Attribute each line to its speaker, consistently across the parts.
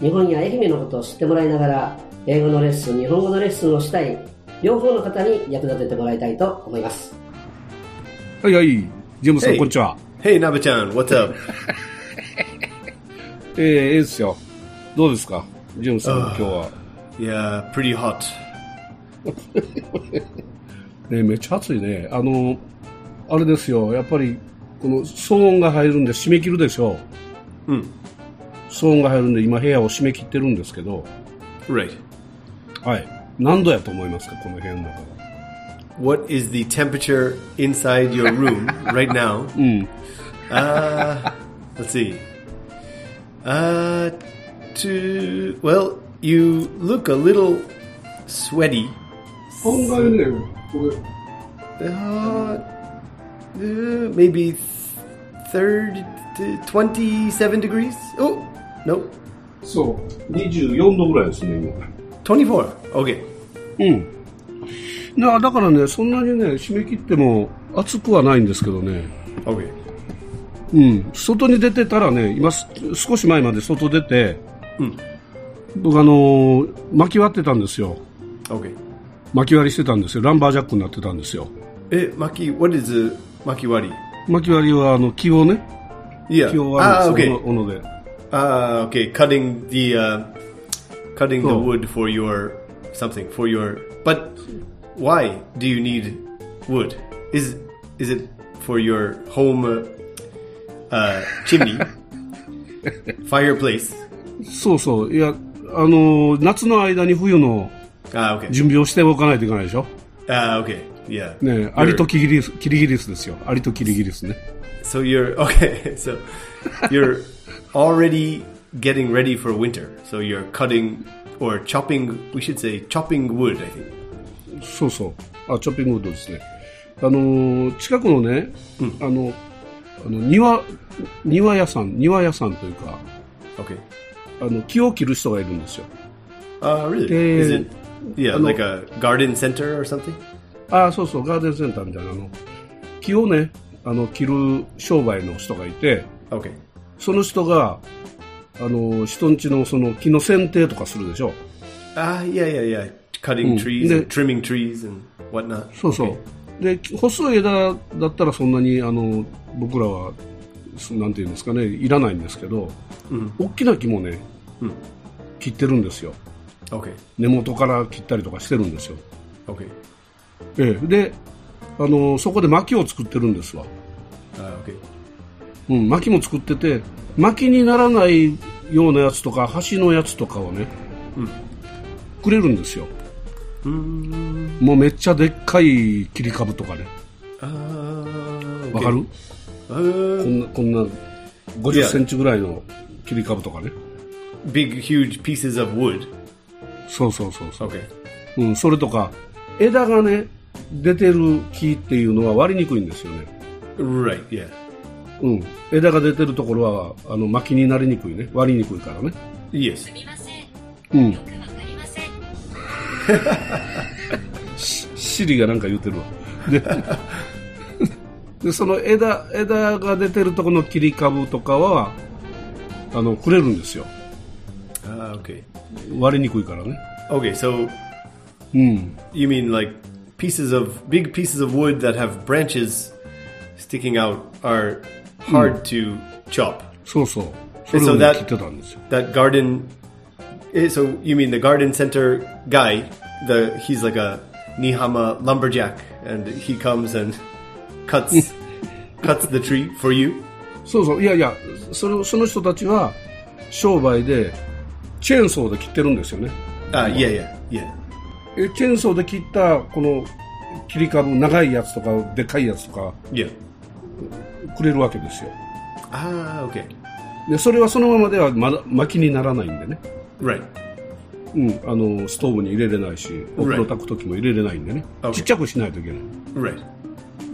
Speaker 1: 日本や愛媛のことを知ってもらいながら英語のレッスン日本語のレッスンをしたい両方の方に役立ててもらいたいと思います
Speaker 2: はいはい。ジェームスさん、
Speaker 3: Hey.
Speaker 2: こんにちは。
Speaker 3: Hey, Nabachan, what's up?
Speaker 2: えー、ええですよ。どうですかジェームスさん、今日は。
Speaker 3: yeah, pretty hot.
Speaker 2: ね、めっちゃ暑いね。あの、あれですよ。やっぱり、この騒音が入るんで締め切るでしょう。
Speaker 3: うん。
Speaker 2: 騒音が入るんで今部屋を締め切ってるんですけど、
Speaker 3: Right.
Speaker 2: はい。何度やと思いますかこの部屋の中は。
Speaker 3: What is the temperature inside your room right now? Uh, let's see. Uh, to well, you look a little sweaty.
Speaker 2: 考えるね、こ
Speaker 3: Uh, uh, maybe th- third, twenty-seven degrees. Oh no,
Speaker 2: れ、そう。24度ぐらいですね、今。
Speaker 3: twenty-four. Okay.
Speaker 2: いや、だからね、そんなにね、締め切っても暑くはないんですけどね。
Speaker 3: Okay.
Speaker 2: うん、外に出てたらね、今す、少し前まで外出て、僕、あのー巻き割ってたんですよ。
Speaker 3: Okay.
Speaker 2: 巻き割りしてたんですよ。ランバージャックになってたんですよ。
Speaker 3: Eh, Maki, what is a makiwari?
Speaker 2: 巻き割りは、あの、木をね、
Speaker 3: Yeah.
Speaker 2: 木を
Speaker 3: Ah,
Speaker 2: 割るん
Speaker 3: okay.
Speaker 2: ですよ、斧斧で。
Speaker 3: Ah, okay. Cutting the uh, cutting the
Speaker 2: Oh.
Speaker 3: wood for your something for your. But why do you need wood? Is is it for your home uh, uh, chimney, fireplace?
Speaker 2: そうそう。いや、あのー夏の間に冬の
Speaker 3: Ah, okay.
Speaker 2: 準備をしておかないといけないでしょ。
Speaker 3: Ah, okay. Yeah.
Speaker 2: ね、アリとキリギリス、キリギリスですよ。アリとキリギリスね。
Speaker 3: So you're okay. So you're already getting ready for winter. So you're cutting or chopping. We should say chopping wood. I think.
Speaker 2: そうそう。あ、チョッピングウッドですね。あのー近くのね、あの、あの庭、庭屋さん、庭屋さんというか、
Speaker 3: Okay.
Speaker 2: あの、木を切る人がいるんですよ。
Speaker 3: Uh, really?
Speaker 2: Eh,
Speaker 3: Is it? Yeah,
Speaker 2: ano-
Speaker 3: like a garden center or something.
Speaker 2: ああ、そうそう、ガーデンセンターみたいな、あの、木をね、あの、切る商売の人がいて、
Speaker 3: Okay.
Speaker 2: その人が、あのー、人んちのその木の剪定とかするでしょ。
Speaker 3: Ah, yeah, yeah, yeah. Cutting trees,
Speaker 2: the-
Speaker 3: and trimming trees, and whatnot.
Speaker 2: そうそう。で、細い枝だったらそんなに、あの、僕らは、そなんていうんですかね、いらないんですけど、
Speaker 3: Mm.
Speaker 2: 大きな木もね、切ってるんですよ。
Speaker 3: Okay.
Speaker 2: 根元から切ったりとかしてるんですよ。
Speaker 3: Okay.
Speaker 2: ええ、で、あの、そこで薪を作ってるんですわ。
Speaker 3: Uh, okay.
Speaker 2: うん、薪も作ってて、薪にならないようなやつとか、橋のやつとかをね、くれるんですよ。もうめっちゃでっかい切り株とかね。
Speaker 3: Mm. Uh, okay.
Speaker 2: わかる、
Speaker 3: Uh,
Speaker 2: こんな、こんな、50センチぐらいの切り株とかね。
Speaker 3: big, huge pieces of wood.
Speaker 2: そうそうそうそう。
Speaker 3: Okay.
Speaker 2: うん、それとか、枝がね、出てる木っていうのは割りにくいんですよね。
Speaker 3: Right. Yeah.
Speaker 2: うん。枝が出てるところは、あの、薪になりにくいね。割りにくいからね。
Speaker 3: Yes.
Speaker 4: すみませ。
Speaker 2: うんん
Speaker 4: よ。くわかりません。
Speaker 2: シリがなんか言うてるわ。で で、その枝、枝が出てるとこの切り株とかは、あの、くれるんですよ。
Speaker 3: Ah, okay.
Speaker 2: 割りにくいからね。
Speaker 3: Okay. So
Speaker 2: うん。
Speaker 3: you mean like pieces of big pieces of wood that have branches sticking out are hard to chop.
Speaker 2: そうそう。それ
Speaker 3: so
Speaker 2: をね
Speaker 3: that-
Speaker 2: 切ってたんですよ。
Speaker 3: that garden eh, so you mean the garden center guy the he's like a nihama lumberjack and he comes and cuts cuts the tree for you
Speaker 2: そうそう。いやいや、それを、その人たちは、商売で、チェーンソーで切ってるんですよね。
Speaker 3: uh yeah yeah yeah
Speaker 2: えチェーンソーで切った、この、切り株、長いやつとか、でかいやつとか、
Speaker 3: yeah
Speaker 2: くれるわけですよ。
Speaker 3: ah okay
Speaker 2: でそれはそのままではまだ薪にならないんでね、
Speaker 3: Right.
Speaker 2: うん、あのストーブに入れれないしお風呂炊く時も入れれないんでね、
Speaker 3: Okay.
Speaker 2: ちっちゃくしないといけない、
Speaker 3: Right.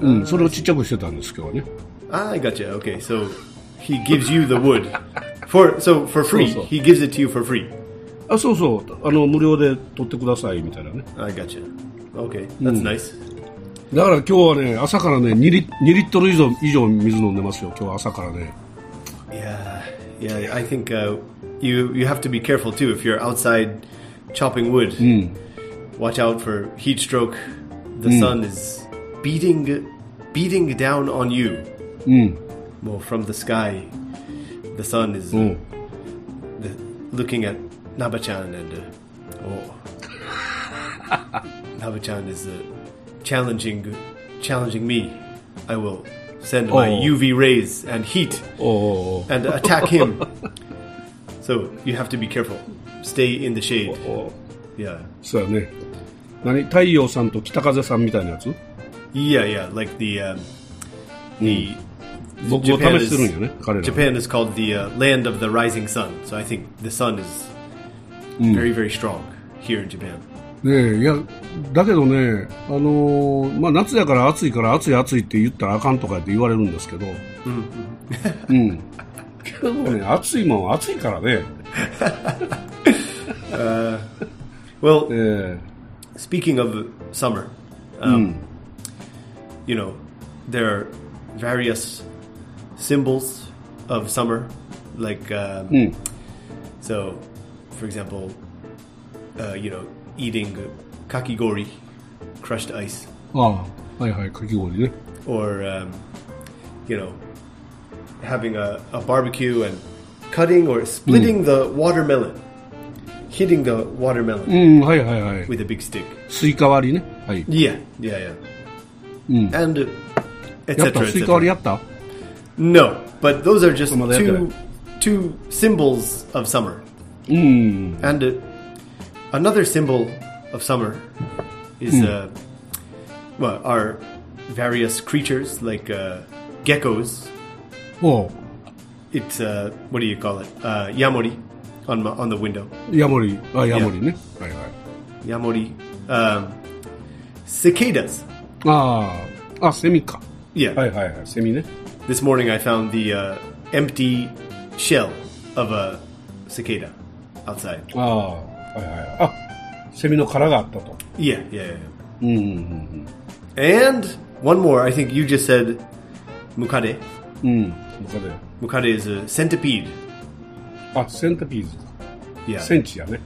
Speaker 2: うん、それをちっちゃくしてたんです今日はね
Speaker 3: Ah, I gotcha. Okay, so he gives you the wood for so for free.
Speaker 2: So, so.
Speaker 3: He gives it to you for free.
Speaker 2: あそうそうあの無料で取ってくださいみたいなね
Speaker 3: I gotcha. Okay, that's nice.
Speaker 2: だから今日はね朝からね2リ ,2 リットル以上以上水飲んでますよ今日は朝からね
Speaker 3: Yeah, yeah. I think uh, you you have to be careful too if you're outside chopping wood. Watch out for heat stroke. The sun is beating beating down on you. Well, from the sky, the sun is
Speaker 2: うん
Speaker 3: the, looking at Nabachan and uh, oh, Nabachan is uh, challenging challenging me. I will send my
Speaker 2: Oh.
Speaker 3: UV rays and heat
Speaker 2: おおう
Speaker 3: and attack him. so you have to be careful. Stay in the shade.
Speaker 2: おうおう
Speaker 3: Yeah.
Speaker 2: そうやね何太陽さんと北風さんみたいなやつ
Speaker 3: Yeah, yeah. Like the um, the
Speaker 2: 僕を試
Speaker 3: Japan
Speaker 2: して
Speaker 3: is,
Speaker 2: るんよね彼ら
Speaker 3: Japan is called the uh, land of the rising sun. So I think the sun is very very strong here in Japan.
Speaker 2: ねえいやだけどね、あのーまあ、夏やから暑いから暑い暑いって言ったらあかんとかって言われるんですけど、うん、 けどね、暑いもんは暑いからね、
Speaker 3: Well,
Speaker 2: ええ
Speaker 3: speaking of summer, um, you know, there are various symbols of summer. Like, um, so, for example, uh, you know, eating kakigori, crushed ice,
Speaker 2: ああ、はいはい、かき氷ね、
Speaker 3: or, um, you know, having a, a barbecue and cutting or splitting the watermelon, hitting the watermelon
Speaker 2: うん、はいはいはい、
Speaker 3: with a big stick.
Speaker 2: スイカ割りね、はい、
Speaker 3: Yeah, yeah, yeah. And etc.
Speaker 2: やった、
Speaker 3: et
Speaker 2: スイカ
Speaker 3: cetera.
Speaker 2: 割りやった、
Speaker 3: No, but those are just
Speaker 2: Well, they're
Speaker 3: two
Speaker 2: good.
Speaker 3: two symbols of summer.
Speaker 2: うん、
Speaker 3: And uh, another symbol of summer is uh, well, our various creatures like uh, geckos.
Speaker 2: おう、
Speaker 3: It's uh, what do you call it? Uh, yamori on my, on the window.
Speaker 2: ヤモリ、あ、ヤモリね、はいはい、
Speaker 3: Yamori. Um, cicadas.
Speaker 2: ああ、あ、セミか、
Speaker 3: Yeah.
Speaker 2: はいはいはい、セミね、
Speaker 3: This morning I found the uh, empty shell of a cicada outside.
Speaker 2: ああ、はいはい、あセミの殻があったと、
Speaker 3: Yeah, yeah, yeah.
Speaker 2: うんうんうん。
Speaker 3: And one more, I think you just said mukade.
Speaker 2: うん、わかるよ。
Speaker 3: Mukade is a centipede.
Speaker 2: あ、センタピーズか。
Speaker 3: Yeah.
Speaker 2: センチやね。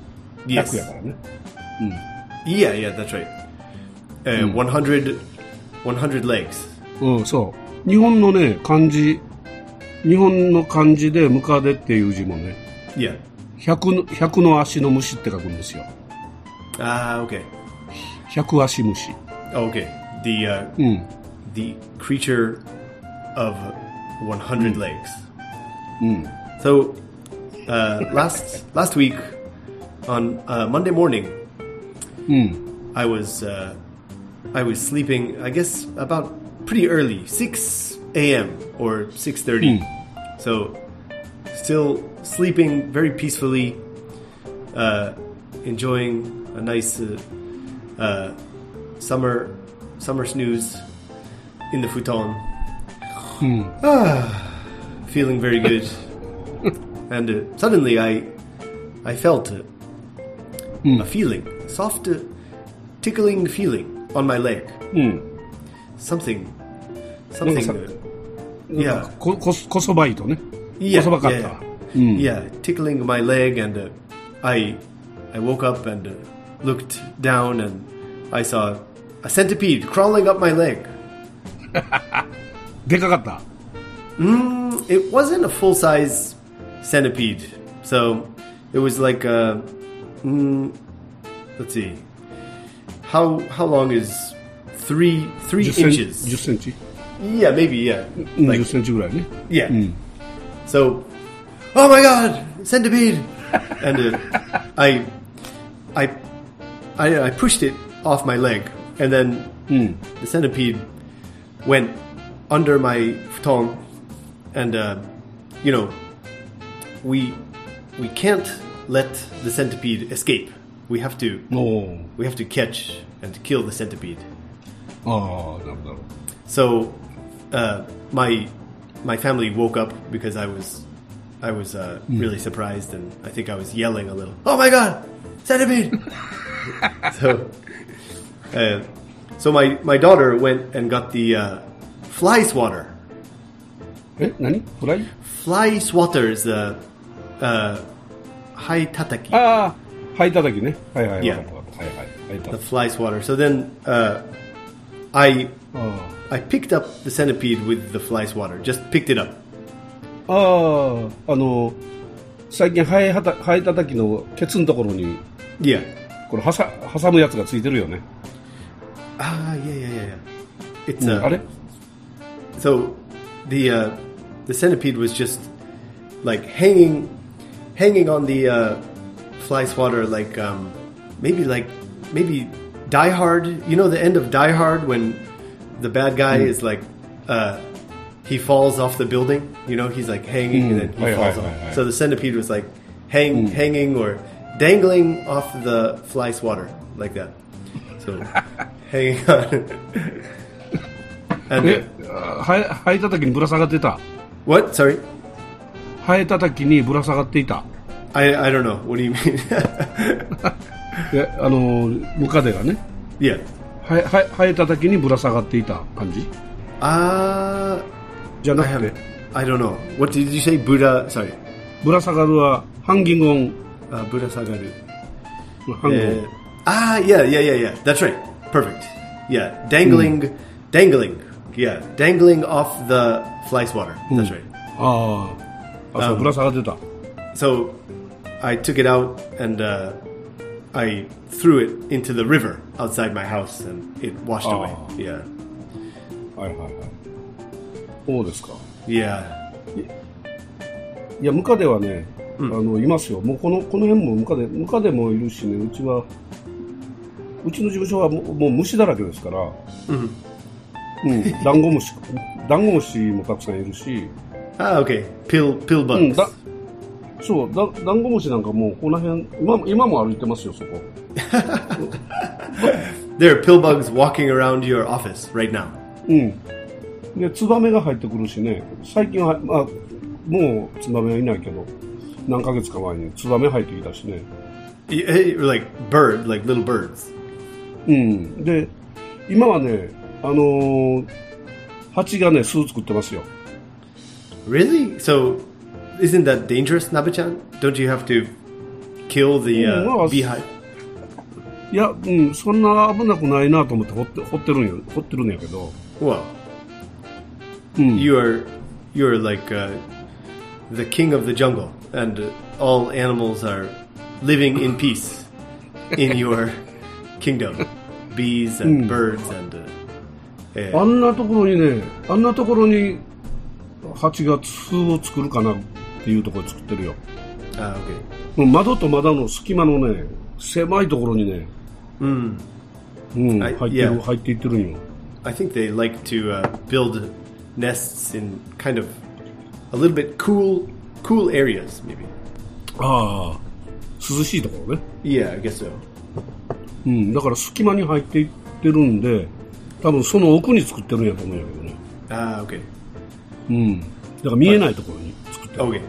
Speaker 3: Yes.
Speaker 2: 100やからね。
Speaker 3: Yeah, yeah, that's right. Uh, 100, 100 legs.
Speaker 2: うん、そう。日本のね、漢字、日本の漢字でムカデっていう字もね、
Speaker 3: Yeah.
Speaker 2: 100の ,100 の足の虫って書くんですよ。
Speaker 3: Ah, okay.
Speaker 2: 100足虫。
Speaker 3: Oh, okay. The uh,
Speaker 2: うん。
Speaker 3: the creature of 100 legs. So uh, last last week on uh, Monday morning, I was uh, I was sleeping. I guess about pretty early, six a.m. or six thirty. So still sleeping very peacefully, uh, enjoying a nice uh, uh, summer summer snooze in the futon. Ah, feeling very good. and uh, suddenly I I felt uh, a feeling, soft uh, tickling feeling on my leg.
Speaker 2: うん。
Speaker 3: Something something
Speaker 2: Like
Speaker 3: uh,
Speaker 2: なん
Speaker 3: yeah.
Speaker 2: かこ、こ、こそばいとね。
Speaker 3: Yeah,
Speaker 2: こそばかっ
Speaker 3: yeah,
Speaker 2: た。
Speaker 3: yeah. Yeah, tickling my leg, and uh, I, I woke up and uh, looked down, and I saw a centipede crawling up my leg.
Speaker 2: でかかった。
Speaker 3: It wasn't a full size centipede, so it was like a. Mm, let's see, how how long is three three
Speaker 2: 10センチ。
Speaker 3: inches?
Speaker 2: 10センチ。
Speaker 3: Yeah, maybe yeah,
Speaker 2: うん、
Speaker 3: like
Speaker 2: 10センチぐらいね。
Speaker 3: Yeah. So, oh my God, centipede! and uh, I, I, I, I pushed it off my leg, and then the centipede went under my tongue, and uh, you know, we we can't let the centipede escape. We have to
Speaker 2: おー
Speaker 3: we have to catch and kill the centipede.
Speaker 2: ああなるほど
Speaker 3: So uh, my my family woke up because I was I was uh, really surprised and I think I was yelling a little. Oh my god, centipede! so uh, so my my daughter went and got the uh, fly swatter.
Speaker 2: え何フライ
Speaker 3: Fly swatter is the uh, high tataki.
Speaker 2: ああ灰たたきねはいはい
Speaker 3: Yeah.
Speaker 2: わかったわかったはいはい灰た
Speaker 3: the
Speaker 2: たき
Speaker 3: fly swatter. So then uh, I
Speaker 2: あ
Speaker 3: I picked up the centipede with the fly swatter. Just picked it up.
Speaker 2: ああああの最近灰はた灰たたきのケツのところに
Speaker 3: Yeah.
Speaker 2: これはさ挟むやつがついてるよね、
Speaker 3: Ah, yeah, yeah, yeah. yeah. It's
Speaker 2: うんあ
Speaker 3: uh,
Speaker 2: れ
Speaker 3: so the uh, the centipede was just like hanging hanging on the uh, fly swatter like um, maybe like maybe Die Hard. You know the end of Die Hard when the bad guy
Speaker 2: Hmm.
Speaker 3: is like uh, he falls off the building. You know he's like hanging and then he
Speaker 2: Hmm. Oh, Right,
Speaker 3: falls
Speaker 2: right,
Speaker 3: off.
Speaker 2: right, right. Hmm.
Speaker 3: So the centipede was like hang hanging or dangling off the fly swatter like that. So hanging on. and
Speaker 2: えあ灰灰たたきにぶら下がってた
Speaker 3: what? Sorry.
Speaker 2: ハエたたきにぶら下がっていた。
Speaker 3: I, I don't know. What do you mean?
Speaker 2: で、あの、ムカデがね、
Speaker 3: yeah.
Speaker 2: ハエハエハエたたきにぶら下がっていた感じ
Speaker 3: Uh,
Speaker 2: じゃ
Speaker 3: I
Speaker 2: なく
Speaker 3: haven't.
Speaker 2: て、
Speaker 3: I don't know. What did you say? Buddha. Sorry.
Speaker 2: ぶら下がるは、ハンギングオン、
Speaker 3: Uh, Buddha Sagaru.
Speaker 2: ハングオ
Speaker 3: Uh,
Speaker 2: ン。
Speaker 3: ah, yeah, yeah, yeah, yeah. That's right. Perfect. Yeah. Dangling. Dangling. Yeah. Dangling off the fly swatter. That's right.
Speaker 2: ああ、あ、そう、ぶら下がってた。
Speaker 3: So I took it out and uh, I threw it into the river outside my house and it washed away.
Speaker 2: Oh.
Speaker 3: Yeah.
Speaker 2: はいはいはい。そうですか。
Speaker 3: Yeah.
Speaker 2: いや、ムカデはね、あの、いますよ。もうこの、この辺もムカデ、ムカデもいるしね、うちは、うちの事務所はもうもう虫だらけですから、うん。ダンゴムシ、ダンゴムシもたくさんいるし、
Speaker 3: Ah, okay. Pill, pill
Speaker 2: うん
Speaker 3: bugs.
Speaker 2: だそうだダンゴムシなんかもうこの辺今今も歩いてますよそこ
Speaker 3: There are pill bugs walking around your office right now.
Speaker 2: うんでツバメが入ってくるしね最近は、まあ、もうツバメはいないけど何ヶ月か前にツバメ入ってきたしね
Speaker 3: Y- eh, Like bird, like little birds.
Speaker 2: うんで今はねあのー蜂がね巣作ってますよ
Speaker 3: Really? So, isn't that dangerous, Nabe-chan? Don't you have to kill the uh,
Speaker 2: Mm, well,
Speaker 3: beehive?
Speaker 2: いや、うん、そんな危なくないなと思って掘って掘ってるんよ掘ってるんやけど
Speaker 3: Well,
Speaker 2: Hmm.
Speaker 3: you are you are like uh, the king of the jungle, and uh, all animals are living in peace in your kingdom. Bees and
Speaker 2: Hmm.
Speaker 3: birds and uh,
Speaker 2: あんなところにねあんなところに蜂が巣を作るかなっていうところで作ってるよ
Speaker 3: ah, okay.
Speaker 2: 窓と窓の隙間のね狭いところにねうん、
Speaker 3: は
Speaker 2: 入
Speaker 3: い
Speaker 2: って
Speaker 3: い
Speaker 2: る、
Speaker 3: や
Speaker 2: 入っていってるんよ
Speaker 3: I think they like to uh, build nests in kind of a little bit cool, cool areas, maybe.
Speaker 2: ああ涼しいところね
Speaker 3: Yeah, I guess so.
Speaker 2: うんだから隙間に入っていってるんで多分その奥に作ってるんやと思うんやけどね
Speaker 3: Ah, okay,
Speaker 2: うんだから見えないところに作ってる、
Speaker 3: okay,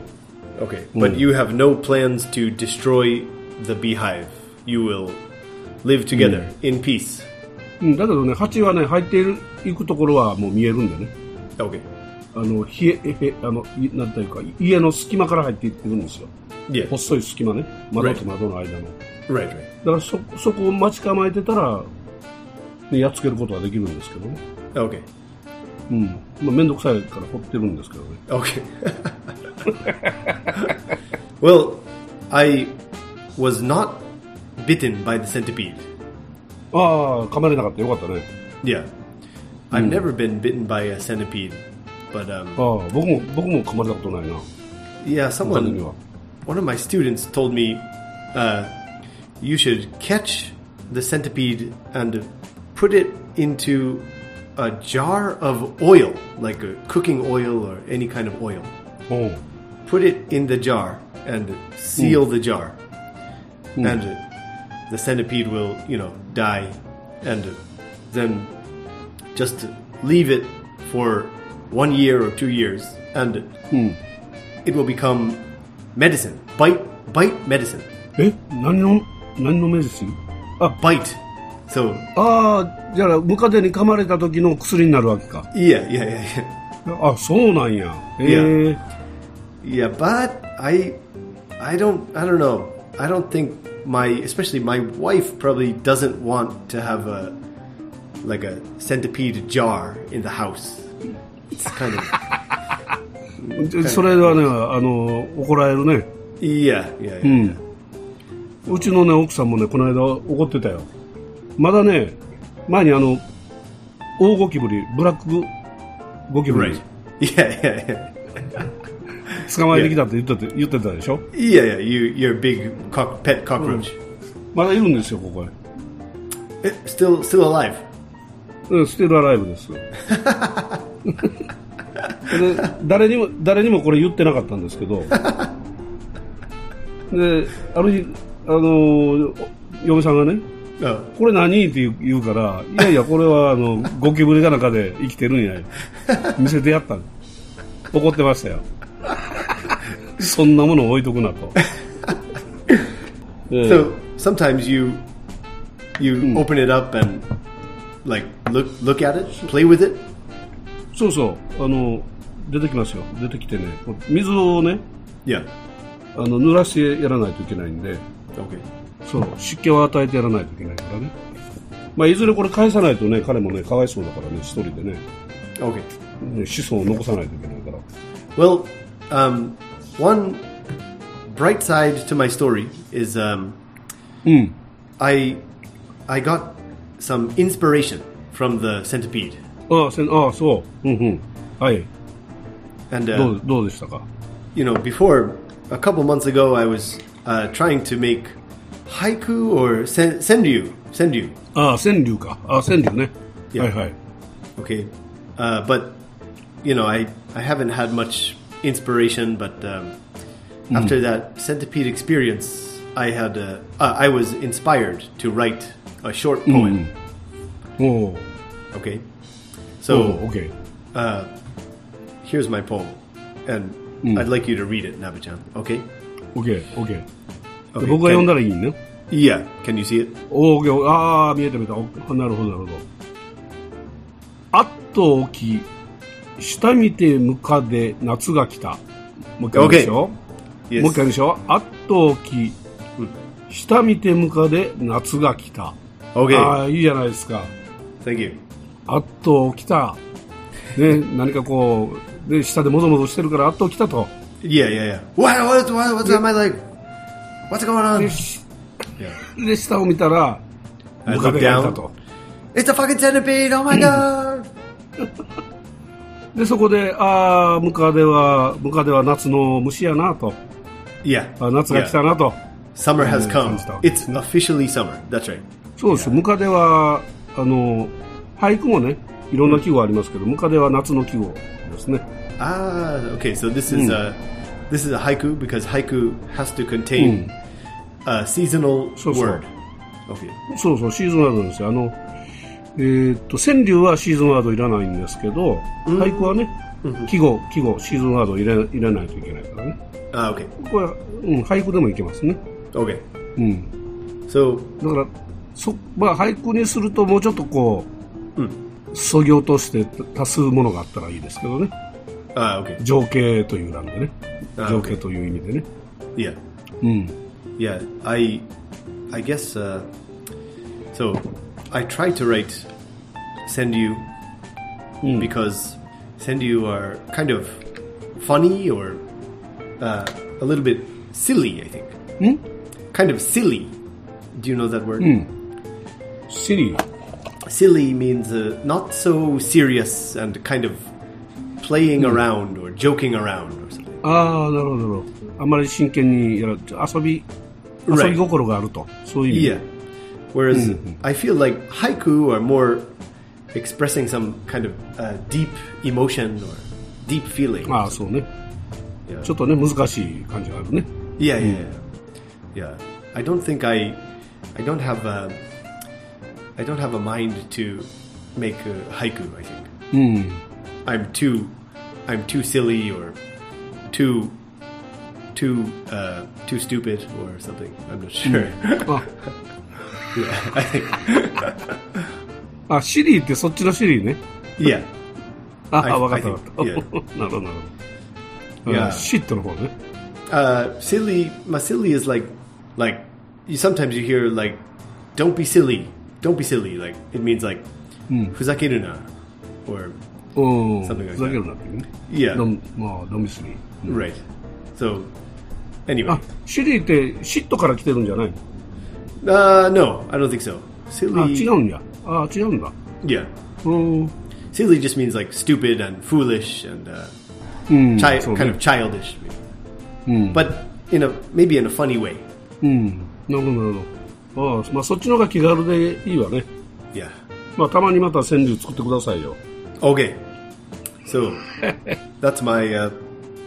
Speaker 3: okay. But you have no plans to destroy the beehive. You will live together in peace.
Speaker 2: うん、だけどね蜂はね入っている行くところはもう見えるんでね
Speaker 3: Okay.
Speaker 2: あのひええへあのいなんていうかい家の隙間から入っていってるんですよ
Speaker 3: Yeah.
Speaker 2: 細い隙間ね窓と窓の間の、
Speaker 3: Right.
Speaker 2: だ
Speaker 3: Right.
Speaker 2: からそそこを待ち構えてたら、ね、やっつけることはできるんですけどね、
Speaker 3: Okay.
Speaker 2: うんまあ、めんどくさいから掘ってるんですけどね
Speaker 3: Okay. well, I was not bitten by the centipede.
Speaker 2: ああ噛まれなかったよかったね
Speaker 3: Yeah. I've never been bitten by a centipede, but
Speaker 2: あ
Speaker 3: um,
Speaker 2: あ僕も僕も噛まれたことないな
Speaker 3: yeah,
Speaker 2: 他に
Speaker 3: someone,
Speaker 2: は
Speaker 3: one of my students told me, uh, you should catch the centipede and put it into a jar of oil, like a cooking oil or any kind of oil.
Speaker 2: おう
Speaker 3: put it in the jar and seal the jar, and the centipede will, you know, die, and then just leave it for one year or two years, and it will become medicine. Bite, bite medicine.
Speaker 2: え何の何の目ですあ
Speaker 3: Bite. So
Speaker 2: あーじゃあムカデに噛まれた時の薬になるわけか
Speaker 3: yeah, yeah, yeah, yeah.
Speaker 2: あそうなんやええ
Speaker 3: い Yeah, but I, I don't, I don't know. I don't think my, especially my wife, probably doesn't want to have a, like a centipede jar in the house. It's kind of
Speaker 2: でそれはねあの怒られるね
Speaker 3: yeah, yeah, yeah.
Speaker 2: うちのね奥さんもねこの間怒ってたよまだね前にあの大ゴキブリブラックゴキブリ
Speaker 3: right. Yeah, yeah, yeah,
Speaker 2: 捕まえてきたって言ったって言ってたでしょ
Speaker 3: yeah, yeah. You, you're a big cock, pet cockroach.
Speaker 2: まだいるんですよここへ
Speaker 3: Eh, still, still alive.
Speaker 2: うんステルアライブです で誰にも誰にもこれ言ってなかったんですけどである日あのー嫁さんがね
Speaker 3: Oh,
Speaker 2: これ何って言う言うから、いやいや、これはあのゴキブリが中で生きてるんや、見せてやったの、怒ってましたよ、そんなもの置いとくなと、え
Speaker 3: so sometimes you, you open it up and, like, look, look at it, play with it.
Speaker 2: そうそうあの、出てきますよ、出てきてね、こう水をね
Speaker 3: Yeah.
Speaker 2: あの、濡らしてやらないといけないんで、
Speaker 3: Okay.
Speaker 2: そう湿気を与えてやらないといけないからね、まあ、いずれこれ返さないとね、彼もね、かわいそうだからね、一人でね、
Speaker 3: Okay.
Speaker 2: ね子孫を残さないといけないから。
Speaker 3: Well, um, one bright side to my story is um, I I got some inspiration from the centipede,
Speaker 2: ああ、せんああそう。うんうん。はい。
Speaker 3: and
Speaker 2: ど
Speaker 3: uh,
Speaker 2: うどうでしたか
Speaker 3: you know, before a couple months ago, I was uh, trying to make haiku or sen- senryu, senryu,
Speaker 2: ああ、川柳か。ああ、川柳ね。
Speaker 3: いや
Speaker 2: はいはい。
Speaker 3: okay, uh, but you know, I I haven't had much inspiration, but um, after that centipede experience, I had uh, uh, I was inspired to write a short poem.
Speaker 2: おお。
Speaker 3: Okay.
Speaker 2: お
Speaker 3: So
Speaker 2: お、オッケー。
Speaker 3: here's my poem, and I'd like you to read it, Nabachan. Okay?
Speaker 2: オッケー、オッケー。僕
Speaker 3: okay
Speaker 2: が
Speaker 3: can-
Speaker 2: 読んだらいいね。
Speaker 3: Yeah. Can you see it?
Speaker 2: おお、オッケー。ああ、見えた見えた。おあなるほど、なるほど。あっと起き、下見てムカで夏が来た。もう一回見ましょう。
Speaker 3: Yes. Hmm.
Speaker 2: もう一回見ましょう。あっと起き、下見てムカで夏が来た。
Speaker 3: Okay.
Speaker 2: ああ、いいじゃないですか。
Speaker 3: Thank you.
Speaker 2: あっと起きた、ね、何かこう、ね、下でもぞもぞしてるから、あっと起きたと、
Speaker 3: Yeah, yeah, yeah. What? What? what what's on my leg? What's going
Speaker 2: で
Speaker 3: on?
Speaker 2: し
Speaker 3: Yeah.
Speaker 2: で下を見たら、
Speaker 3: I
Speaker 2: ムカ
Speaker 3: look
Speaker 2: デがいたと
Speaker 3: down.、It's a fucking centipede! Oh my god!
Speaker 2: でそこで、ああ、ムカデは、ムカデは夏の虫やなと、
Speaker 3: Yeah.
Speaker 2: あ夏が来
Speaker 3: Yeah.
Speaker 2: たなと、
Speaker 3: Summer has
Speaker 2: comes
Speaker 3: come.
Speaker 2: down.
Speaker 3: It's officially summer. That's right.
Speaker 2: そうです、ムカデは、あの俳句もね、いろんな季語ありますけど、ムカデは夏の季語ですね。
Speaker 3: Ah, okay. So this is a this is a haiku because haiku has to contain a seasonal
Speaker 2: So, so.
Speaker 3: word. Okay.
Speaker 2: そうそう、シーズンワードなんですよ。あの、えーっと、川柳はシーズンワードいらないんですけど、俳句はね、季語、季語、シーズンワードを入れ入れないといけないからね。
Speaker 3: Ah, okay.
Speaker 2: これは、うん、俳句でもいけますね。
Speaker 3: Okay.
Speaker 2: うん。
Speaker 3: So
Speaker 2: だから、そ、まあ、俳句にするともうちょっとこう、
Speaker 3: うん
Speaker 2: そぎ落として足すものがあったらいいですけどね。
Speaker 3: ah, okay.
Speaker 2: 情景という欄でね。
Speaker 3: あ
Speaker 2: 情景という意味でね。
Speaker 3: Yeah.
Speaker 2: うん。
Speaker 3: Yeah. I I guess uh, so I try to write send you because send you are kind of funny or uh, a little bit silly, I think. Kind of silly. Do you know that word?
Speaker 2: シリ
Speaker 3: Silly means uh, not so serious and kind of playing around or joking around or something.
Speaker 2: ああ、なるほど、なるほど。あんまり真剣にやら遊び、
Speaker 3: Right.
Speaker 2: 遊び心があると。そういう意味で
Speaker 3: Yeah. Whereas I feel like haiku are more expressing some kind of uh, deep emotion or deep feeling.
Speaker 2: ああ、そうね。
Speaker 3: Yeah.
Speaker 2: ちょっとね、難しい感じがあるね。
Speaker 3: Yeah, yeah, yeah. yeah. I don't think I, I don't have a, I don't have a mind to make a haiku. I think
Speaker 2: うん。
Speaker 3: I'm too, I'm too silly or too, too, uh, too stupid or something. I'm not sure.
Speaker 2: あ、
Speaker 3: yeah, I think,
Speaker 2: あ、シリーってそっちのシリーね。
Speaker 3: yeah,
Speaker 2: あ、
Speaker 3: はい
Speaker 2: あわかった
Speaker 3: は
Speaker 2: わ
Speaker 3: い
Speaker 2: かった。 なるほど、なるほど。
Speaker 3: いや
Speaker 2: あシットの方ね。
Speaker 3: uh, silly. My silly is like, like you sometimes you hear like, don't be silly, don't be silly. Like it means like, fuzakeruna, or
Speaker 2: うん。ふ
Speaker 3: Something
Speaker 2: ざ
Speaker 3: like that.
Speaker 2: けるなっていうね。
Speaker 3: yeah.
Speaker 2: どんまあ、飲みすぎ。
Speaker 3: Right. So, anyway,
Speaker 2: あ、シリーってシットから来てるんじゃないの
Speaker 3: uh, no, I don't think so.
Speaker 2: あ、
Speaker 3: Silly,
Speaker 2: 違うんや。あ、違うんだ。
Speaker 3: yeah,
Speaker 2: うん。
Speaker 3: silly just means like stupid and foolish and uh,
Speaker 2: うん。
Speaker 3: chi-
Speaker 2: そう
Speaker 3: kind
Speaker 2: ね
Speaker 3: of childish, but in a maybe in a funny way.
Speaker 2: うん。なるほど、なるほど。ああ、まあ、そっちの方が気軽でいいわね。
Speaker 3: Yeah.
Speaker 2: まあ、たまにまた川柳作ってくださいよ。
Speaker 3: Okay. So, that's my uh,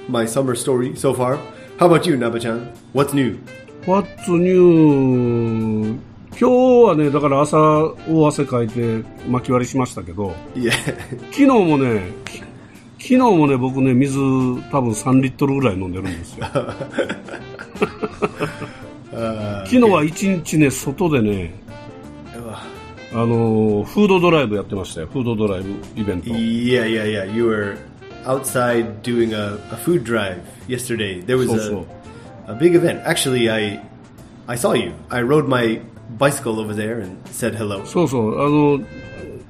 Speaker 3: my summer story so far. How about you, Nabachan? What's new?
Speaker 2: What's new? 今日はね、だから朝大汗かいて巻き割りしましたけど、
Speaker 3: Yeah.
Speaker 2: 昨日もね、き昨日もね、僕ね、水多分3リットルぐらい飲んでるんですよ。昨日は一日ね、外でね、あのー、フードドライブやってましたよ。フードドライブイベント。
Speaker 3: yeah, yeah, yeah. You were outside doing a, a food drive yesterday. There was
Speaker 2: そう
Speaker 3: a
Speaker 2: そう。
Speaker 3: a big event. Actually, I I saw you. I rode my bicycle over there and said hello.
Speaker 2: そうそう。あの、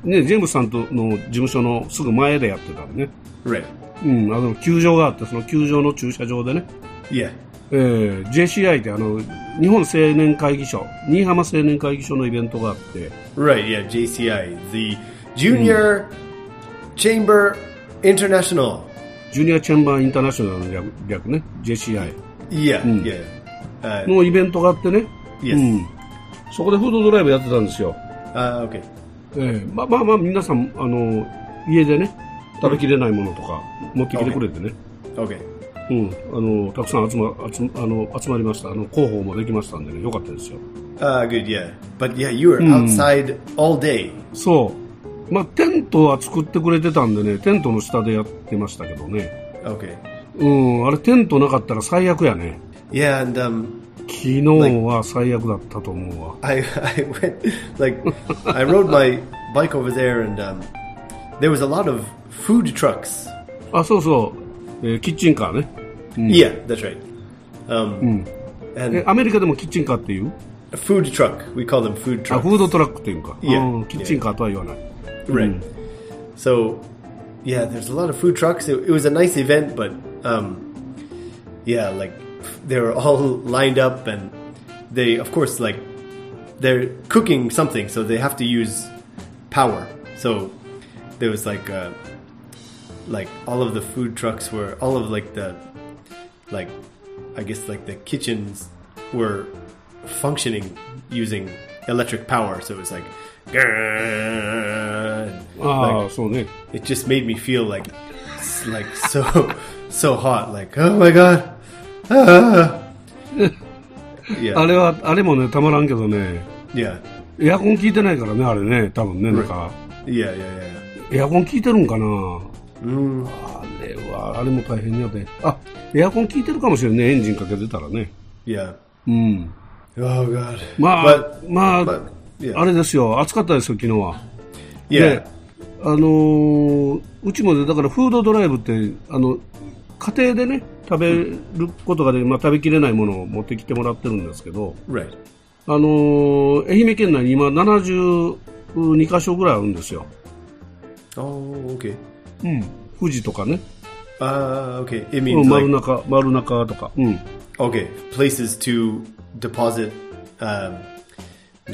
Speaker 2: ね、ジェームスさんとの事務所のすぐ前でやってたのね。
Speaker 3: Right.
Speaker 2: うん、あの、球場があって、その球場の駐車場でね。
Speaker 3: Yeah.
Speaker 2: えー JCI ってあの日本青年会議所新居浜青年会議所のイベントがあって
Speaker 3: Right. Yeah. JCI, the Junior Hmm. Chamber International.
Speaker 2: ジュニアチェンバーインターナショナルの略略ね JCI
Speaker 3: Yeah. Yeah. Uh,
Speaker 2: のイベントがあってね
Speaker 3: yes.
Speaker 2: そこでフードドライブやってたんですよ、
Speaker 3: Uh, okay.
Speaker 2: えーまあまあまあ皆さんあの家でね食べきれないものとか持ってきてくれてね、
Speaker 3: Okay.
Speaker 2: うん、あのたくさん集ま集まあの集まりましたあの広報もできましたんでねよかったですよ
Speaker 3: Uh, good. Yeah. But yeah, you were outside all day.
Speaker 2: そうまあテントは作ってくれてたんでねテントの下でやってましたけどね
Speaker 3: Okay.
Speaker 2: うん、あれテントなかったら最悪やね。
Speaker 3: Yeah, and um,
Speaker 2: 昨日は最悪だったと思うわ。
Speaker 3: I I went like I rode my bike over there, and um, there was a lot of food trucks
Speaker 2: あ、そうそう、えーキッチンカーね。
Speaker 3: Yeah, that's right. Um,
Speaker 2: え
Speaker 3: And
Speaker 2: アメリカでもキッチンカーっていう
Speaker 3: a food truck. We call them food
Speaker 2: あ、
Speaker 3: trucks.
Speaker 2: フードトラックっていうか。
Speaker 3: いや
Speaker 2: うんキッチンカーとは言わない。
Speaker 3: right. Mm. So, yeah, there's a lot of food trucks. It, it was a nice event, but um, yeah, like they were all lined up, and they, of course, like they're cooking something, so they have to use power. So there was like uh, like all of the food trucks were all of like the like I guess like the kitchens were functioning using electric power. So it was like. "Grrrr,"
Speaker 2: ああ、そうね。
Speaker 3: it just made me feel like s- like so so hot like oh my god ah. yeah
Speaker 2: あれは、あれもね、たまらんけどね、
Speaker 3: yeah
Speaker 2: エアコン効いてないからね、あれね、多分ね、なんか、
Speaker 3: yeah yeah yeah
Speaker 2: エアコン効いてるんかな。あれは、あれも大変やで。あ、エアコン効いてるかもしれんね、エンジンかけてたらね。
Speaker 3: yeah
Speaker 2: うん。
Speaker 3: oh god
Speaker 2: まあ
Speaker 3: but,、
Speaker 2: まあ、
Speaker 3: but yeah
Speaker 2: あれですよ、暑かったですよ、昨日は。で
Speaker 3: yeah
Speaker 2: あのーうちもねだからフードドライブってあの家庭でね食べることができ、まあ、食べきれないものを持ってきてもらってるんですけど、
Speaker 3: right
Speaker 2: あのー愛媛県内に今72か所ぐらいあるんですよ、
Speaker 3: oh okay
Speaker 2: うん、富士とかね
Speaker 3: uh okay it
Speaker 2: うん
Speaker 3: means
Speaker 2: 丸
Speaker 3: like,
Speaker 2: 中丸中とか、うん、
Speaker 3: okay places to deposit um,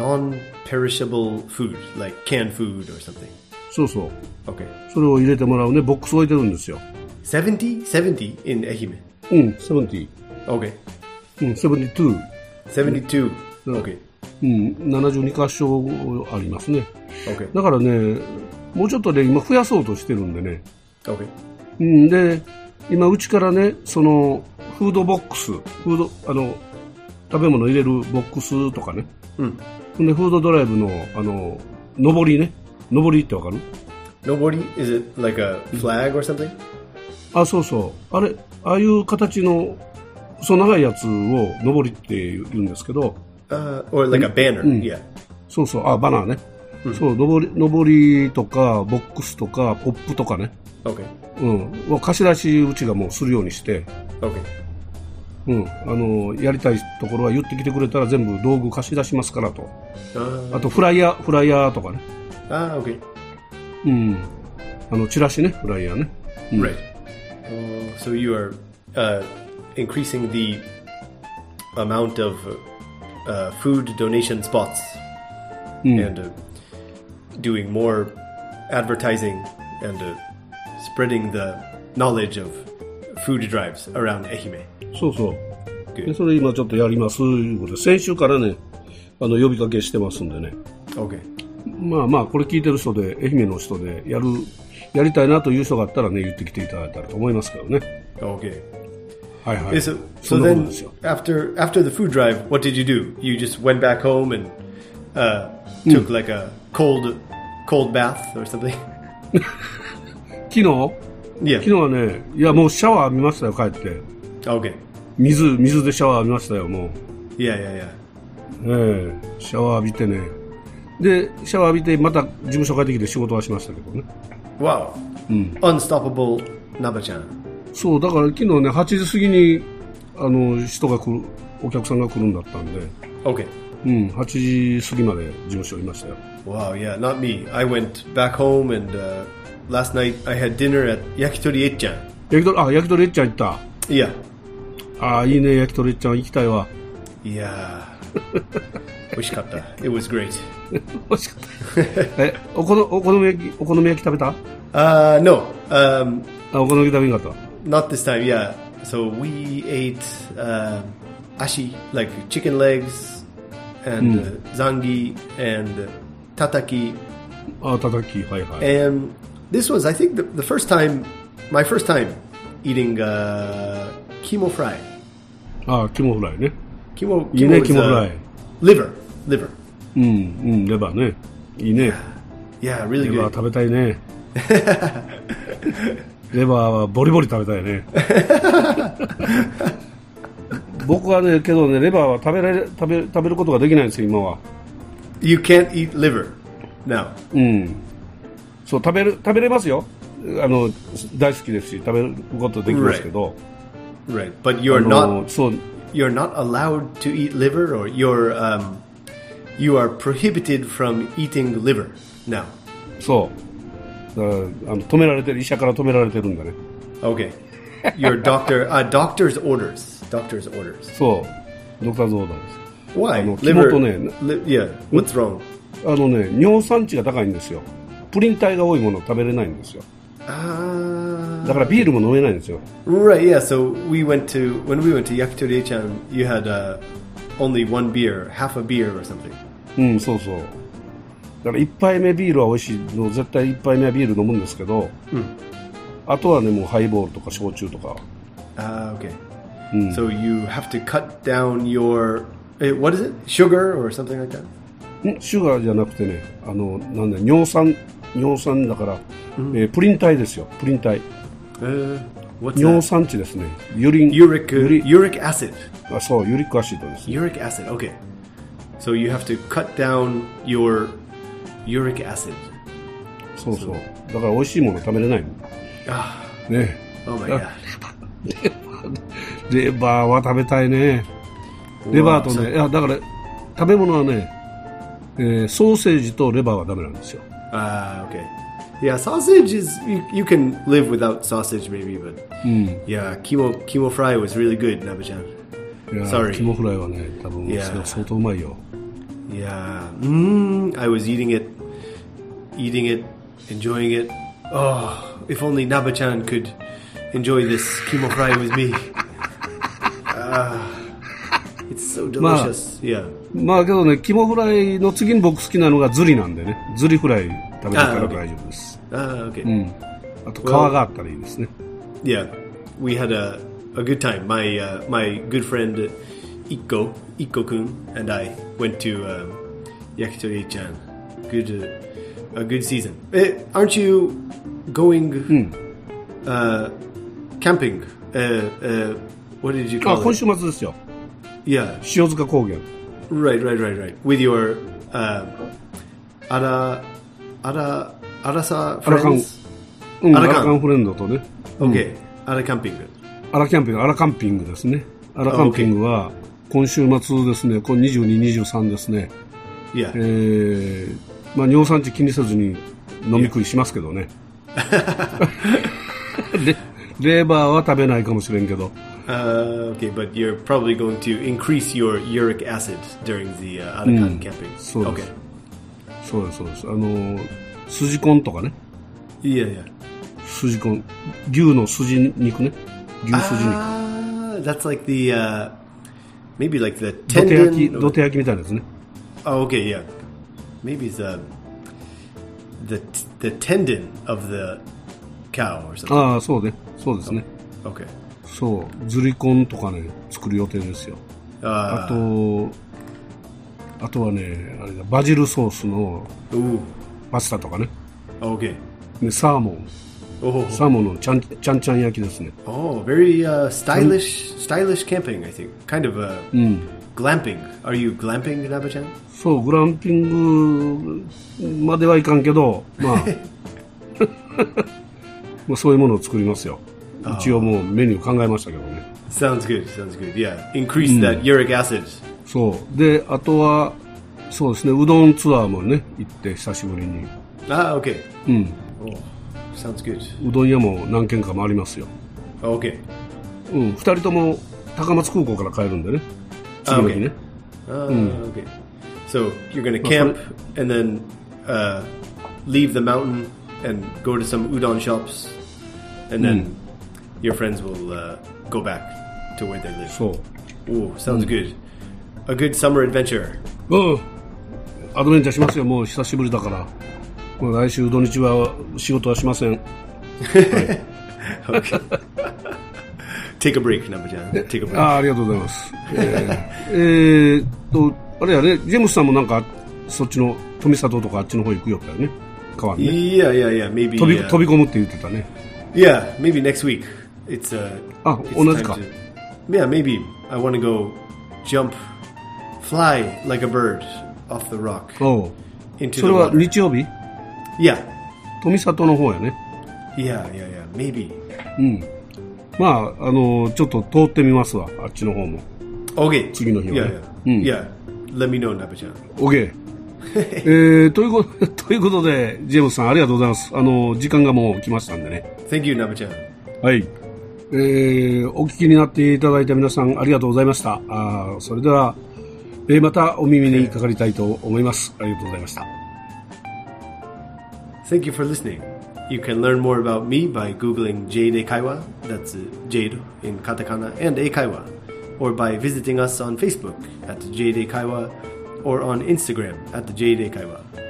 Speaker 3: non-perishable food like canned food or something
Speaker 2: そうそう
Speaker 3: okay
Speaker 2: それを入れてもらうねボックス置いてるんですよ、
Speaker 3: 70 70 in Ehime
Speaker 2: うん、70、
Speaker 3: okay
Speaker 2: うん、72、
Speaker 3: 72
Speaker 2: Mm.
Speaker 3: okay
Speaker 2: うん、72箇所ありますね
Speaker 3: okay
Speaker 2: だからねもうちょっとで今増やそうとしてるんでね
Speaker 3: Okay.
Speaker 2: うん、で、今うちからねそのフードボックスフードあの食べ物入れるボックスとかね、
Speaker 3: うん
Speaker 2: ほんでフードドライブのあの上りね上りってわかる
Speaker 3: Nobody? Is it like a flag or something?
Speaker 2: あそうそうあれああいう形の細長いやつを上りって言うんですけど
Speaker 3: Uh, or like a banner? Yeah.
Speaker 2: そうそうあバナーね、そう上り上りとかボックスとかポップとかね
Speaker 3: Okay.
Speaker 2: うんは貸し出しうちがもうするようにして
Speaker 3: Okay.
Speaker 2: うん、あのやりたいところは言ってきてくれたら全部道具貸し出しますからと
Speaker 3: Uh,
Speaker 2: あとフライヤーフライヤーとかね、
Speaker 3: ah, okay.
Speaker 2: うん、あのチラシねフライヤーね、うん
Speaker 3: Right. Uh, so you are uh, increasing the amount of uh, food donation spots and uh, doing more advertising and uh, spreading the knowledge of food drives around Ehime.
Speaker 2: そうそう
Speaker 3: で
Speaker 2: でそれ今ちょっとやりますいうことで先週からねあの呼びかけしてますんでね
Speaker 3: Okay.
Speaker 2: まあまあこれ聞いてる人で愛媛の人でやるやりたいなという人があったらね言ってきていただいたらと思いますけどね
Speaker 3: Okay.
Speaker 2: はいはい、
Speaker 3: Yeah, so
Speaker 2: そ
Speaker 3: so
Speaker 2: んなことですよ
Speaker 3: then after after the food drive, what did you do? You just went back home and uh, took like a cold cold bath or something.
Speaker 2: 昨日
Speaker 3: yeah.
Speaker 2: 昨日はねいやもうシャワー浴びましたよ帰って
Speaker 3: Okay.
Speaker 2: 水水でシャワー浴びましたよもう
Speaker 3: Yeah, yeah, yeah.
Speaker 2: ええシャワー浴びてねでシャワー浴びてまた事務所帰ってきて仕事はしましたけどね
Speaker 3: Wow. Hmm. Unstoppable Nabachan.
Speaker 2: そうだから昨日ね8時過ぎにあの人が来るお客さんが来るんだったんで、
Speaker 3: Okay.
Speaker 2: うん、8時過ぎまで事務所いましたよ
Speaker 3: Wow, yeah, not me. I went back home and uh, last night I had dinner at Yakitori Eichan.
Speaker 2: 焼き鳥あ焼き鳥レッチャン行っ
Speaker 3: Yeah.
Speaker 2: たああいいね焼き鳥レッチャン行きたいわ
Speaker 3: Yeah. Oishikatta. It was great.
Speaker 2: 美味しかった えおこのお好み焼きお好み焼き食べた
Speaker 3: Uh, no. Um,
Speaker 2: あお好み焼き食べんかった
Speaker 3: Not this time, yeah. So we ate uh, ashi, like chicken legs, and
Speaker 2: Hmm.
Speaker 3: uh, zangi, and uh, tataki.
Speaker 2: ああたたきはいはい
Speaker 3: And this was, I think, the, the first time, my first time eating uh, kimo fry.
Speaker 2: ああ肝フライね
Speaker 3: Kimo,
Speaker 2: You make
Speaker 3: is,
Speaker 2: kimo
Speaker 3: uh,
Speaker 2: fry.
Speaker 3: Liver, liver.
Speaker 2: うんうんレバーねいいね
Speaker 3: Yeah, really
Speaker 2: レバー
Speaker 3: good.
Speaker 2: 食べたいね レバーはボリボリ食べたい ね僕はねけどねレバーは食べられ食べ食べることができないんですよ今は
Speaker 3: You can't eat liver now.
Speaker 2: うんそう食べる食べれますよあの大好きですし食べることできますけど、
Speaker 3: Right, but you're
Speaker 2: あ
Speaker 3: not
Speaker 2: のそう
Speaker 3: you're not allowed to eat liver or you're um, you are prohibited from eating liver now
Speaker 2: そうだからあの止められてる医者から止められてるんだね
Speaker 3: okay your doctor uh, doctor's orders doctor's orders
Speaker 2: そうドクターズオーダーです
Speaker 3: why
Speaker 2: あの、
Speaker 3: liver
Speaker 2: 肝とね、
Speaker 3: li- yeah what's wrong
Speaker 2: あのね尿酸値が高いんですよプリン体が多いものを食べれないんですよ
Speaker 3: ah
Speaker 2: だからビールも飲めないんですよ
Speaker 3: right yeah so we went to when we went to yakitori-chan you had uh, only one beer half a beer or something
Speaker 2: うんそうそうだから1杯目ビールは美味しいの絶対1杯目はビール飲むんですけど、あとはねもうハイボールとか焼酎とか
Speaker 3: ah okay so you have to cut down your eh, what is it sugar or something like that
Speaker 2: んシュガーじゃなくてねあのなんだ尿酸尿酸だから、えープリン体ですよプリン体
Speaker 3: Uh, what's
Speaker 2: 尿
Speaker 3: that?
Speaker 2: 酸値ですねユリン
Speaker 3: Uric, uh,
Speaker 2: ユリ
Speaker 3: uric acid.
Speaker 2: あそうユリックアシッドですね
Speaker 3: Uric acid. Okay. So you have to cut down your uric acid.
Speaker 2: そうそうだから美味しいもの食べれないの
Speaker 3: Ah,
Speaker 2: ね
Speaker 3: oh my god.
Speaker 2: レバーは食べたいねレバーとねいやだから食べ物はね、えーソーセージとレバーはダメなんですよ
Speaker 3: Ah, okay. Yeah, sausage is you, you can live without sausage maybe, but yeah, chemo chemo fry was really good, Nabajan.
Speaker 2: いや
Speaker 3: Sorry.
Speaker 2: キモフライはね多分
Speaker 3: Yeah.
Speaker 2: 相当うまいよ
Speaker 3: Yeah, mm, I was eating it, eating it, enjoying it. Oh, if only Nabachan could enjoy this chemo fry with me. Ah, it's so delicious. yeah.
Speaker 2: まあけどねキモフライの次に僕好きなのがズリなんでねズリフライ食べてから大丈夫です
Speaker 3: Ah, okay.
Speaker 2: Mm. あと皮があったらいいですね
Speaker 3: Yeah. we had a, a good time. My uh, my good friend Ikko Ikko Kun and I went to um, Yakitori Chan. Good uh, a good season. Eh, aren't you going uh, camping? Uh, uh, what did you
Speaker 2: あ
Speaker 3: call
Speaker 2: 今
Speaker 3: it?
Speaker 2: 週末ですよ
Speaker 3: Yeah,
Speaker 2: 塩塚高原
Speaker 3: right, right, right, right. With your uh, ara ara arasa
Speaker 2: Arakan.
Speaker 3: friends.
Speaker 2: うん
Speaker 3: ア
Speaker 2: ア
Speaker 3: ラ
Speaker 2: ラ
Speaker 3: カン
Speaker 2: カンフレンドとね
Speaker 3: Okay, ara camping.
Speaker 2: アラキャンピングアラカンピングですねアラカンピングは今週末ですねこの2223ですね
Speaker 3: Yeah.
Speaker 2: えーまあ尿酸値気にせずに飲み食いしますけどねレレーバーは食べないかもしれんけど
Speaker 3: Uh, okay, but you're probably going to increase your uric acid during the uh, Arakan camping.
Speaker 2: so-
Speaker 3: okay.
Speaker 2: そうですそうですあの筋コンとかね
Speaker 3: Yeah, yeah.
Speaker 2: 筋コン牛の筋肉ね牛筋肉
Speaker 3: Ah, that's like the uh, maybe like the
Speaker 2: どて焼き
Speaker 3: tendon.
Speaker 2: どて焼きみたいなですね
Speaker 3: oh, okay, yeah. Maybe the the t- the tendon of the cow or something.
Speaker 2: ああそうねそうですね
Speaker 3: okay.
Speaker 2: そうずりコンとかね作る予定ですよ
Speaker 3: Uh,
Speaker 2: あとあとはねあれだバジルソースの
Speaker 3: ooh.
Speaker 2: パスタとかね
Speaker 3: Okay.
Speaker 2: でサーモン
Speaker 3: Oh,
Speaker 2: サーモンのちゃんちゃんちゃん焼きですね
Speaker 3: oh, very uh, stylish, stylish camping. I think kind of uh, glamping. Are you glamping, Nabachan?
Speaker 2: そうグランピングまではいかんけどまあまあそういうものを作りますよ一応もうメニュー考えましたけどね
Speaker 3: Sounds good. Sounds good. Yeah, increase that uric acid.
Speaker 2: そうであとはそうですねうどんツアーもね行って久しぶりに
Speaker 3: Ah, okay. Mm. Oh, sounds good. Oh,
Speaker 2: うどん屋も何軒か回りますよ
Speaker 3: Okay.
Speaker 2: うん、2人とも高松空港から帰るんでね、次の日ね、
Speaker 3: Ah, okay. So you're gonna camp and then uh, leave the mountain and go to some udon shops, and then your friends will uh, go back to where they live.
Speaker 2: そ
Speaker 3: Oh, sounds good. A good summer adventure.
Speaker 2: う、うん、アドベンチャーしますよ、もう久しぶりだから、もう来週、土日は仕事はしません、
Speaker 3: Okay. Take a break, Namajan. Take a break.
Speaker 2: あーありがとうございます、えーえーっと、あれやね、ジェームスさんもなんか、そっちの富里とかあっちの方行くよったよね、川にね、
Speaker 3: yeah, yeah, yeah. Maybe
Speaker 2: 飛び
Speaker 3: uh,
Speaker 2: 飛び込むって言ってたね、
Speaker 3: Yeah, maybe next week. It's uh,
Speaker 2: Ah,
Speaker 3: it's
Speaker 2: onazi ka.
Speaker 3: Yeah, maybe I want to go jump, fly like a bird off the rock
Speaker 2: おう
Speaker 3: into
Speaker 2: そ
Speaker 3: the
Speaker 2: れは
Speaker 3: water.
Speaker 2: 日曜日、
Speaker 3: Yeah,
Speaker 2: 富里の方やね、
Speaker 3: yeah, yeah, yeah. Maybe.
Speaker 2: まあ、あのちょっと通ってみますわ、あっちの方も。
Speaker 3: Okay.
Speaker 2: 次の日はね。
Speaker 3: Yeah, yeah,
Speaker 2: Hmm.
Speaker 3: yeah. Let me know, Nabachan.
Speaker 2: OK、えー、ということということでジェームスさんありがとうございますあの時間がもう来ましたんでね
Speaker 3: Thank you, Nabachan.
Speaker 2: はい、えー、お聞きになっていただいた皆さんありがとうございましたあーそれでは、えーまたお耳にかかりたいと思いますありがとうございました
Speaker 3: Thank you for listening. You can learn more about me by googling Jade Eikaiwa. That's uh, Jade in katakana and Eikaiwa, or by visiting us on Facebook at Jade Eikaiwa, or on Instagram at the Jade Eikaiwa.